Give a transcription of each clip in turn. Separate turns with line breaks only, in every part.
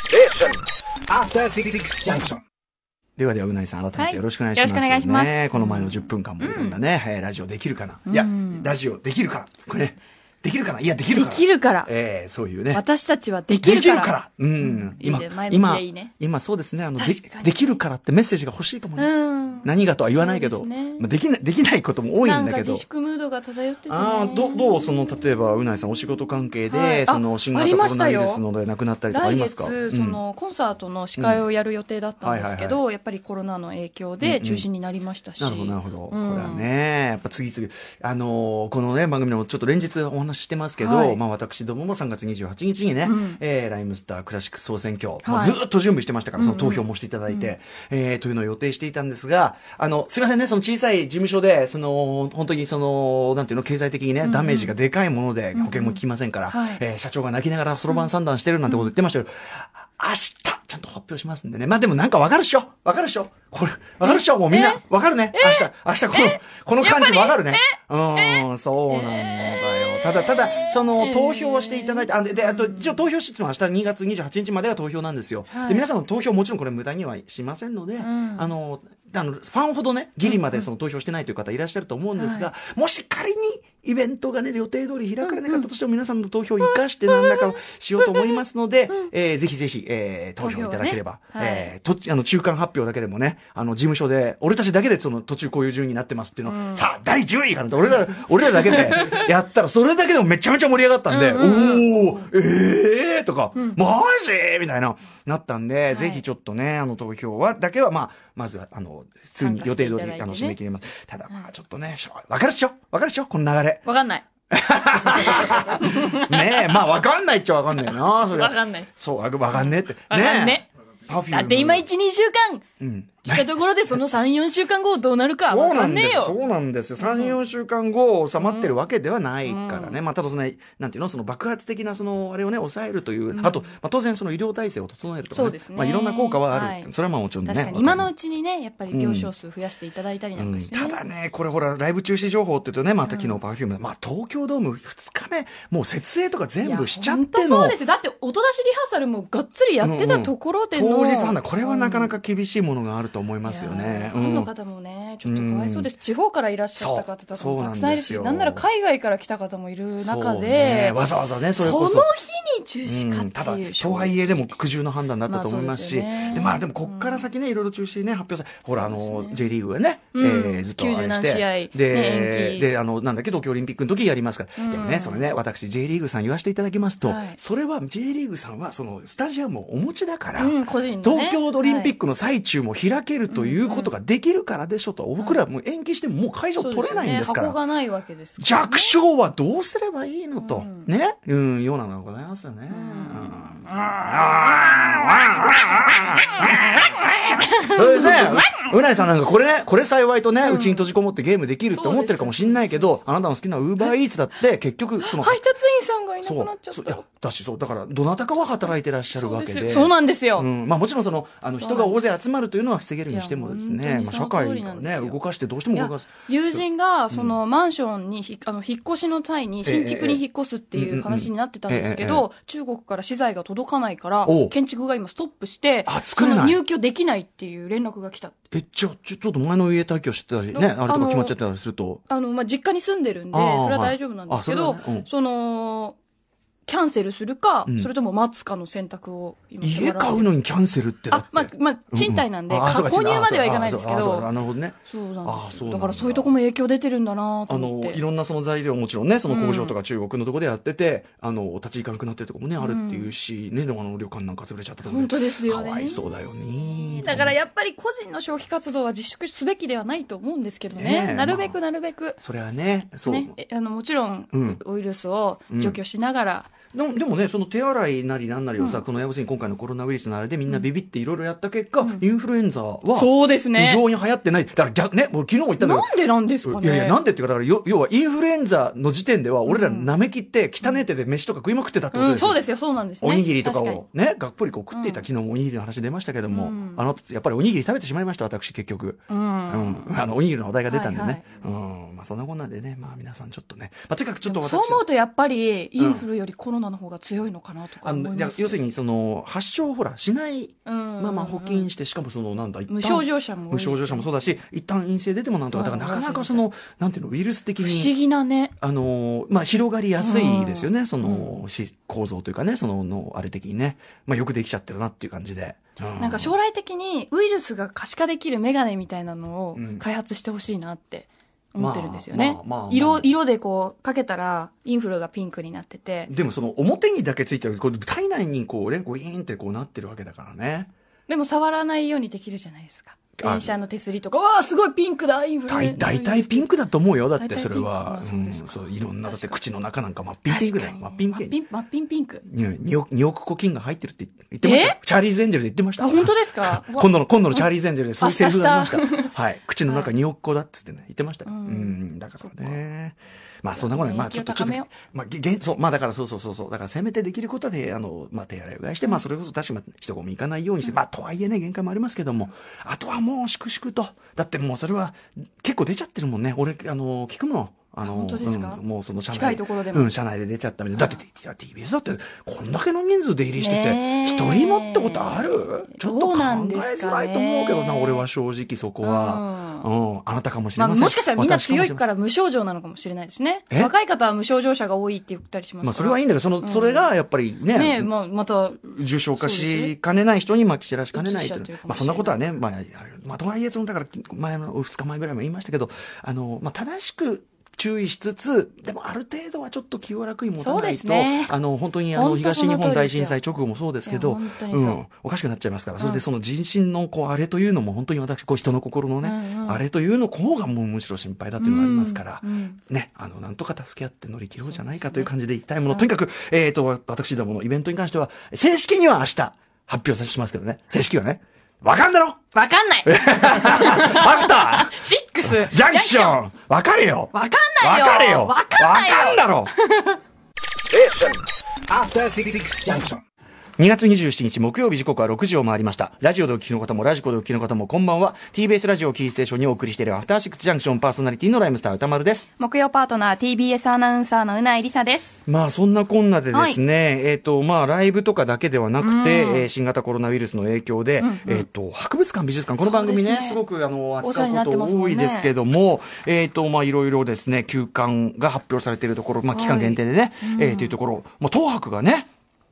Station.
After Six Junction.
ではではうないさん改め
はい
てよろしくお願いします、ね
よろしくお願いします
この前の10分間もいろんなね、えーラジオできるかな、いやラジオできるかなこれできるかないやできる
で
から
きるから。
ええそういうね
私たちはできるから。
うん
いい
今
ね前向き
今
でいいね
今そうですねあので
確かに
できるからってメッセージが欲しいかもね、
うん。
何がとは言わないけど
そうですね
まあ、できないできないことも多い
なんん
だ
か
けど
自粛ムードが漂ってて、ね。
ああどどうその例えばうないさんお仕事関係で、
はいあ
その新
あ
型
り
コ
ま
ロ
し
ナ
た
ウイ
よ
ルスので亡くなったりとかあ
来
りますか
月、そのコンサートの司会をやる予定だったんですけ
うん
ど、やっぱりコロナの影響
うんう
で
ん
中止になりましたし。
なるほど、なるほど。これ
うん
はね、やっぱ次々、あのーこのね、番組でもちょっと連日お話ししてますけど、
はい
まあ私どもも3月28日にね、
うん
えーライムスタークラシック総選挙、
い
もうずーっと準備してましたから、その投票もしていただいて、えーというのを予定していたんですが、あの、すいませんね、その小さい事務所で、その、本当にその、なんていうの、経済的にね、ダメージがでかいもので、保険も効きませんから、
はい
えー社長が泣きながらそろばん算段してるなんてこと言ってましたけど、明日、ちゃんと発表しますんでね。まあ、でもなんかわかるっしょわかるっしょこれ、わかるっしょもうみんな、わかるね明日、明日この、この感じわかるね。うーん、そうなんだよ。ただ、ただ、その、投票をしていただいて、あ、で、であと、一応投票室も明日2月28日までは投票なんですよ。
はい
で、皆さんの投票もちろんこれ無駄にはしませんので、
ん
あの、あの、ファンほどね、ギリまでその投票してないという方いらっしゃると思うんですが、もし仮にイベントがね、予定通り開かれなかったとしても、皆さんの投票を生かして何らかをしようと思いますので、えーぜひぜひ、えー投票いただければ、
投票をねはい
えーと、あの、中間発表だけでもね、あの、事務所で、俺たちだけでその途中こういう順位になってますっていうのを、さあ、第10位からって、俺ら、俺らだけで やったら、それだけでもめちゃめちゃ盛り上がったんで、おー、えーとか、マジみたいな、なったんで、
い
ぜひちょっとね、あの、投票は、だけは、まあ、まずは、あの、普通に予定通り、
参加していただいてね
あの、締め切ります。ただ、まあ、ちょっとね、しょわかるっしょわかるっしょこの流れ。
わかんない。
ねえ、 まあ、わかんないっちゃわかんないな、それ。
わかんない。
そう、わかんねえって。ねえ。
わかんね
パフュー
だ
ム。
って今1、2週間
うん。
来たところでその3、4週間後どうなるか
そ
わ
うな
か
ん
ん
で
ねえ
す
よ。
そうなんですよ。3、4週間後収まってるわけではないからね。まあ、ただその、なんていうの、その爆発的な、その、あれをね、抑えるという、あと、まあ、当然その医療体制を整えるとか、
そうですね
まあ、いろんな効果はあ
は
る
い。
それはまあもちろんね。
確かに今のうちにね、やっぱり病床数増やしていただいたりなんかしてね。
うんただね、これほら、ライブ中止情報って言うとね、また昨日パフューム、まあ東京ドーム2日目、もう設営とか全部しちゃって
いやほんとそ
の
うで。すよだって音出しリハーサルもがっつりやってたところでの、
当日判断、これはなかなか厳しいものがあると思いますよね。
ファンの方もね、ちょっとかわいそうです。地方からいらっしゃった方とか
そう
もたくさんいる
そう
し、
なですよ
なんんなら海外から来た方もいる中
そう
で
ね、わざわざね、そ
そ
れこ
の
そ。
日に中止か
う
っ
ん、た
て
だ
いう、
とはいえでも苦渋の判断だったと思いますし、
まあそうですよね
でまあでもこっから先ね、いろいろ中止ね発表されほらあ
そう
の、
ですね
J リーグがね、
うん
えーずっとあれして
90何試合ね
で、
延期
であのなんだっけ東京オリンピックの時やりますから、
うん
でもねそれね私 J リーグさん言わせていただきますと、
はい
それは J リーグさんはそのスタジアムをお持ちだから、
うん個人の
東
ね
京オリンピックの最中も開けるということができるからでしょと、僕らもう延期してももう会場取れないんですから
そうよね箱。がないわけですからね
弱小はどうすればいいのと、
うん
ね、うん、ようなのがございますよね。そうですね。ううなえさんなんかこれね、これ幸いとね、うちに閉じこもってゲームできるって思ってるかもしんないけど、あなたの好きなウーバーイーツだって結局、その、
配達員さんがいなく
そ
な
う
っちゃっ
そう、い
た
や、だしそう、だから、どなたかは働いてらっしゃるわけで。
そうなんですよ、
うん、まあもちろんその、あの、
そう
人が大勢集まるというのは防げるにしてもです
いや
ね、まあ社
本当にその
会
通り
が
なんです
ね、
よ
動かしてどうしても
いや
動かす。
友人がそのマンションにひあの引っ越しの際に新築に引っ越すっていう話になってたんですけ
えええええ
ど、中国から資材が届かないから
おう
建築が今ストップして
あ作
そ
れない
の入居できないっていう連絡が来た
え、じゃあ、ちょ、ちょっと前の家退去してたりね、
ど
あれと
あ
か
の
決まっちゃったりすると。
あの、まあ、実家に住んでるんで
あー
それは大丈夫なんですけど、
はいあそれはねうん
そのキャンセルするか、
うん
それとも待つかの選択を今
家買うの
の
にキャンセルってだって
あまあまあ賃貸なんで、
ううあそうか
購入まではいかないですけ
あそうかあそう
ど
かなるほどね。
そうなん
あそ
で
う
す
なん
よ
だ
だからそういうとこも影響出てるんだなと
あ
思っ
の、
て
いろんなその材料もちろんね、その工場とか中国のとこでやってて、あの、立ち行かなくなってるとこもね、あるっていうし、ね、でもあの旅館なんか潰れちゃったとかね
本当ですよね
かわいそうだよね。
だからやっぱり個人の消費活動は自粛すべきではないと思うんですけどね。
ねえ
なるべく
ま
なるべく。
それはね、そう。
ね、えあのもちろん、
うん
ウイルスを除去しながら、
でもでもね、その手洗いなりなんなりをさ、この要するに今回のコロナウイルスのあれでみんなビビっていろいろやった結果、インフルエンザは、
そうですね
非常に流行ってない。だから逆ね、俺昨日も言ったんだけど
な、んでなんですかね
いやいや、なんでっていうか、だからよ、要はインフルエンザの時点では、俺ら舐めきって、汚え手で飯とか食いまくってたってこ
う
と
ん、
ですよ。
そうですよ、そうなんですね。
おにぎりとか
確に
をね、がっぽりこう食っていた、昨日もおにぎりの話出ましたけども、
うん
あの、やっぱりおにぎり食べてしまいました、私結局。う
う。
んん、あの、おにぎりの話題が出たんでね。
は
うん。まあ、そんなこんなんでね、まあ皆さんちょっとね、まあとにかくちょっ
で
と
も
私
そう思うとやっぱり、インフルよりコロナマの方が強いのかなとか
あ
思
の、だ
いま
から
す。
要するに、その、発症をほら、しないま
ま
あまあ保菌して、しかもその、なんだ、一旦
無症状者も多い
無症状者もそうだし、一旦陰性出てもなんとか、だからなかなかその、なんていうの、ウイルス的
不
に
思。議なね。
あのーまあ、広がりやすいですよね、
うん
その、し構造というかね、その、の、あれ的にね。まあ、よくできちゃってるなっていう感じで。うん
なんか将来的にウイルスが可視化できるメガネみたいなのを
うん
開発してほしいなって思ってるんですよ
ま
ね。
あまあまあ
色、色でこうかけたらインフルがピンクになってて。
でもその、表にだけついてる、こう体内にこう、ね、ゴイーンってこうなってるわけだからね。
でも触らないようにできるじゃないですか。
あ
電車の手すりとか、わあすごいピンクだインフル
だ
ね
い、大体ピンクだと思うよ。だっ
大体
て
ピン
それは
ま。あそうですか
そう、いろんな、だって
確かに
口の中なんか真っピンピンクだよ。真
確か
っ
に
ピンピン。
真っピン。真っピンピンク。
2, 億2億個菌が入ってるって言ってましたよ。チャーリーズ・エンジェルで言ってました。。
あ、本当ですか
今度の、今度のチャーリーズ・エンジェルでそういうセリフがあり
明
ました。 はい。口の中
は
2億個だっつってね、言ってましたよ。う
うん
ん、だからね。まあそんなことね、まあちょっと、ち
免
ょっ
疫を高
と
めよう、
まあ、げげんそう、まあだからそうそうそうそう、だからせめてできることで、あの、まあ手洗いうがいして、まあそれこそ確かに人混み行かないようにして、まあとはいえね、限界もありますけども、あとはもう粛々と、だってもうそれは結構出ちゃってるもんね。俺、あの、聞くもん。あの、
あ本当ですか
うんもうその社内
近いところでも
うん、社内で出ちゃったみたいな。だって、TBS だって、こんだけの人数出入りしてて、
ねえ
一人もってことあるちょっと
ど
考
う
え
なんです
づ
からね
いと思うけどな、俺は正直そこは。う、
うん
あなたかもしれ
まあ、
ません。
もしかしたらみんな
私も
強いから無症状なのかもしれないですね。
え
若い方は無症状者が多いって言ったりしますから。
まあ、それはいいんだけど、その、
うん
それがやっぱりね、
ねえ、まあ、また、
重症化
そうです
し
ね
かねない人にまき散らしかねないという
移しちゃってるか
まあ
もし
そ
れ
ん
な
ないことはね、まあ、まあ、とはいえ、その、だから、前の、2日前ぐらいも言いましたけど、あの、まあ、正しく、注意しつつ、でもある程度はちょっと気を楽に持た
そう
な
で
い
す
と、
ね
あの、本当にあの、
本当
東
その
日
通りですよ
本大震災直後もそうですけ
い
ど
や本当、に
う、
そうん
おかしくなっちゃいますから、それ
う
で
ん
その人心のこう、あれというのも、本当に私、こう、人の心のね、
うんうん
あれというの、こうがもうむしろ心配だっていうのがありますから、
うんうん
ね、あの、なんとか助け合って乗り切ろうじゃないか
そう
という
ですね
感じでいきたいもの、とにかく、えっ、と、わ私どものイベントに関しては、正式には明日、発表しますけどね。正式はね。わかんだろ
わかんない
アフタ
シックス
ージャンクションわかれよ
わかんない
わ
よ
かれよ
わかんないよ
わかんだろ
After Six Junction.
!2 月27日木曜日時刻は6時を回りました。ラジオでお聞きの方もラジコでお聞きの方もこんばんは。TBS ラジオをキーステーションにお送りしているアフターシックスジャンクションパーソナリティのライムスター歌丸です。
木曜パートナー TBS アナウンサーのうないりさです。
まあそんなこんなでですね、えっ、と、まあライブとかだけではなくて、
うん
えー新型コロナウイルスの影響で、えっ、と、博物館、美術館、この番組
そう
ね、
ですすね
ごくあの、
お世
扱
話にな
う
っ
こ
てます
と
もん
多
ね
いですけども、えっ、と、まあいろいろですね、休館が発表されているところ、まあ期間限定でね、えーというところ、まあ東博がね、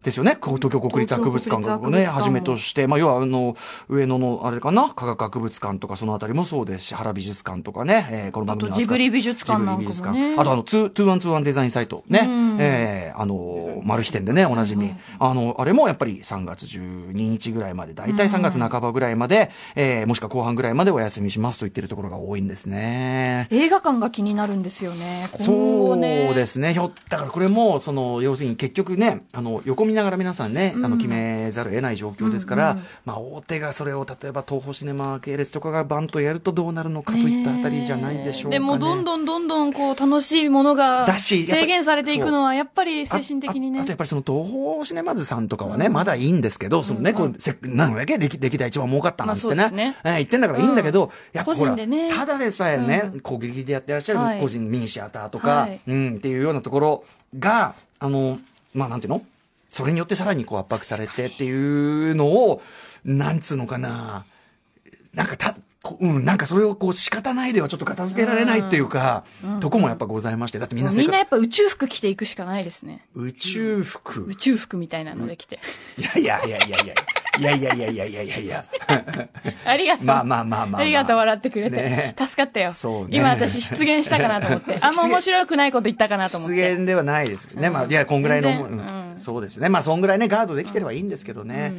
ですよね。こう東京国立博物館が
東京国
ね、
立博物館も
はじめとして、まあ、要は、あの、上野の、あれかな、科学博物館とか、そのあたりもそうですし、原美術館とかね、えーこの番組の扱う
あとジブリ美術館なんかもね
ジブリ美術館あと、あの、2121デザインサイトね、
うん
えーあの、マルヒ店でね、おなじみ、あの、あれもやっぱり3月12日ぐらいまで、だいたい3月半ばぐらいまで、えーもしくは後半ぐらいまでお休みしますと言ってるところが多いんですね。
映画館が気になるんですよね。今
そ
後
う
ね。
ですね。ひょ、だからこれも、その、要するに結局ね、あの、横見ながら皆さんね、あの、決めざるを得ない状況ですから、まあ、大手がそれを、例えば、東宝シネマ系列とかがバンとやるとどうなるのかといったあたりじゃないでしょうか、ね。
でも、どん
ん、
どんどんどん、こう、楽しいものが
だしやっぱり
制限されていくのは、やっぱり精神的に
あああ
ね
とや。っぱりその東宝シネマズさんとかはね、まだいいんですけど、そのね、こう、せなのだけ歴歴代一番儲かったなんつってね
まあそうですね
えー言ってんだからいいんだけど、やっぱほら、
個人でね
ただでさえね、攻撃でやってらっしゃ
は
る
い
個人ミニシアターとか、
はい
うん、っていうようなところが、あの、まあなんていうのそれによってさらにこう圧迫されてっていうのを、なんつうのかな、なんかた、こうん、なんかそれをこう仕方ないではちょっと片付けられないっていうか、とこもやっぱございまして、だってみんな世
みんな
界
やっぱ宇宙服着ていくしかないですね。
宇宙服。
宇宙服みたいなので着て。
いやいやいやいやいや。いやいやいやいやいやいやいや。
ありがとう。
まあまあまあまあまあ
ありがとう、笑ってくれ
ね
て。助かったよ。
そうね
今私、失言したかなと思って。あんま面白くないこと言ったかなと思っ
失
て。
言ではないですね。まあ、いや、こんぐらいの、
全然
うん
うん
そうですね。まあ、そんぐらいね、ガードできてればいいんですけどね。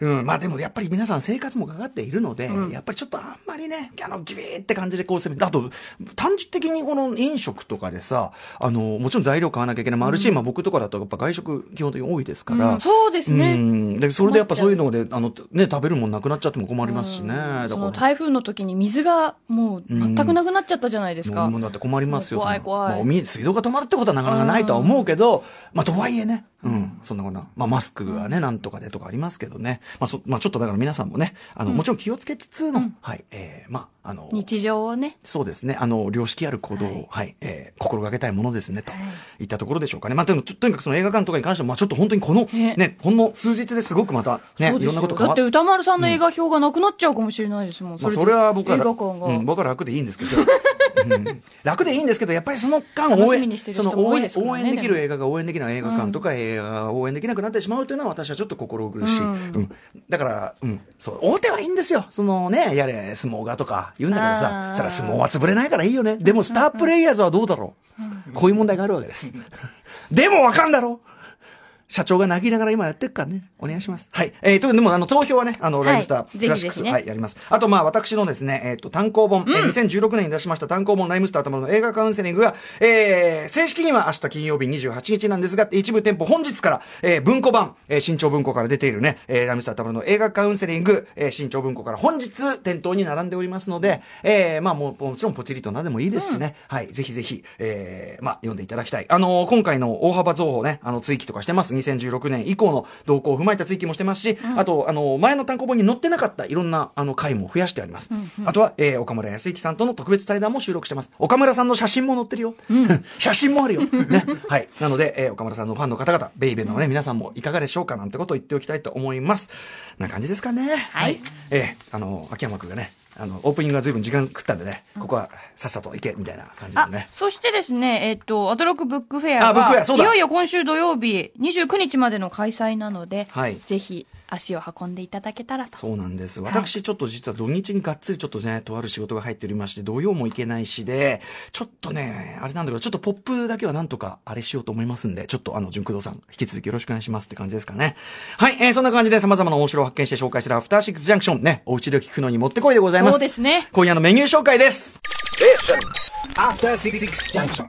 うん、まあでも、やっぱり皆さん生活もかかっているので、やっぱりちょっとあんまりね、あの、ギビーって感じでこう攻めて、あと、単純的にこの飲食とかでさ、あの、もちろん材料買わなきゃいけない。まあ、あるし、まあ僕とかだとやっぱ外食基本的に多いですから。
うんそうですね
うんで、それでやっぱそういうので、あの、ね、食べるもんなくなっちゃっても困りますしね。だ
そ
から
の台風の時に水がもう全くなくなっちゃったじゃないですか。
飲み物だって困りますよ。
怖い
そんな
怖い
まあ、お水、水道が止まるってことはなかなかないとは思うけど、まあ、とはいえね、うん、そんなことな。まあ、マスクはね、なんとかでとかありますけどね。まあ、そ、まあ、ちょっとだから皆さんもね、あの、
うん
もちろん気をつけつつの、
うん
はい、えー、まあ、あの、
日常をね。
そうですね。あの、良識ある行動を、
は
はいい、えー心がけたいものですね、と
は
い
い
ったところでしょうかね。まあ、とにとにかくその映画館とかに関しても、まあ、ちょっと本当にこの、
ね
ね、ほんの数日ですごくまた、ね
そ、う
い
です
ろ
よ
んなこと変
だ
わ
って歌丸さんの映画表がなくなっちゃうかもしれないですもん。
まあ、
で
それは僕は
映画
ら、
館が。
うん、僕は楽でいいんですけど、うん楽でいいんですけど、やっぱりその間応援、
楽しみにしてる人
その
も多
応援
いですからね
応援できる映画が応援できない映画館とか、映画が応援できなくなってしまうというのは私はちょっと心苦しい。
う
うんんだから、うん、そう、大手はいいんですよ。そのね、やれ、相撲がとか言うんだけど
あ
さ
ー、
そら相撲は潰れないからいいよね。でも、スタープレイヤーズはどうだろう。こういう問題があるわけです。でもわかんだろう社長が泣きながら今やってるからね。お願いします。はい。えー、というでも、あの、投票はね、あの、
はい
ライブスター、クラシック
ぜひです
ス、
ね
はい、やります。あと、まあ、私のですね、えっ、と、単行本、えー2016年に出しました単行本、ライムスター頭の映画カウンセリングが、えー、正式には明日金曜日28日なんですが、一部店舗本日から、えー、文庫版、えー、新潮文庫から出ているね、えー、ライムスター頭の映画カウンセリング、えー、新潮文庫から本日、店頭に並んでおりますので、えー、まあ、もう、もちろんポチリと何でもいいですしね、はい、ぜひぜひ、えー、まあ、読んでいただきたい。あのー今回の大幅増法ね、あの、追記とかしてます。2016年以降の動向を踏まえた追記もしてますし、あと、あのー前の単行本に載ってなかったいろんな、あの、回も増やしてあります。あとは、えー岡村康之さんとの特別対談も収録してます。岡村さんの写真も載ってるよ。 写真もあるよ。ね。はい。なので、えー岡村さんのファンの方々、ベイベーのね、皆さんもいかがでしょうかなんてことを言っておきたいと思います。な感じですかね。
はい
えーあの、秋山くんがね、あの、オープニングが随分時間食ったんでね、ここはさっさと行け、みたいな感じ
あ
でね、。
そしてですね、えっと、アトロックブックフェア
あブックフェ
が
アそ、う
い
だ
よいよ今週土曜日29日までの開催なので、
はい
ぜひ足を運んでいただけたらと。
そうなんです。私、ちょっと実は土日にがっつりちょっとね、とある仕事が入っておりまして、土曜も行けないしで、ちょっとね、あれなんだけど、ちょっとポップだけはなんとかあれしようと思いますんで、ちょっとあの、純駆動さん、引き続きよろしくお願いしますって感じですかね。はい、えー、そんな感じで様々な面白を発見して紹介するアフターシックスジャンクションね、お家で聞くのにもってこいでございます。
そうですね。
今夜のメニュー紹介です。
After Six Junction.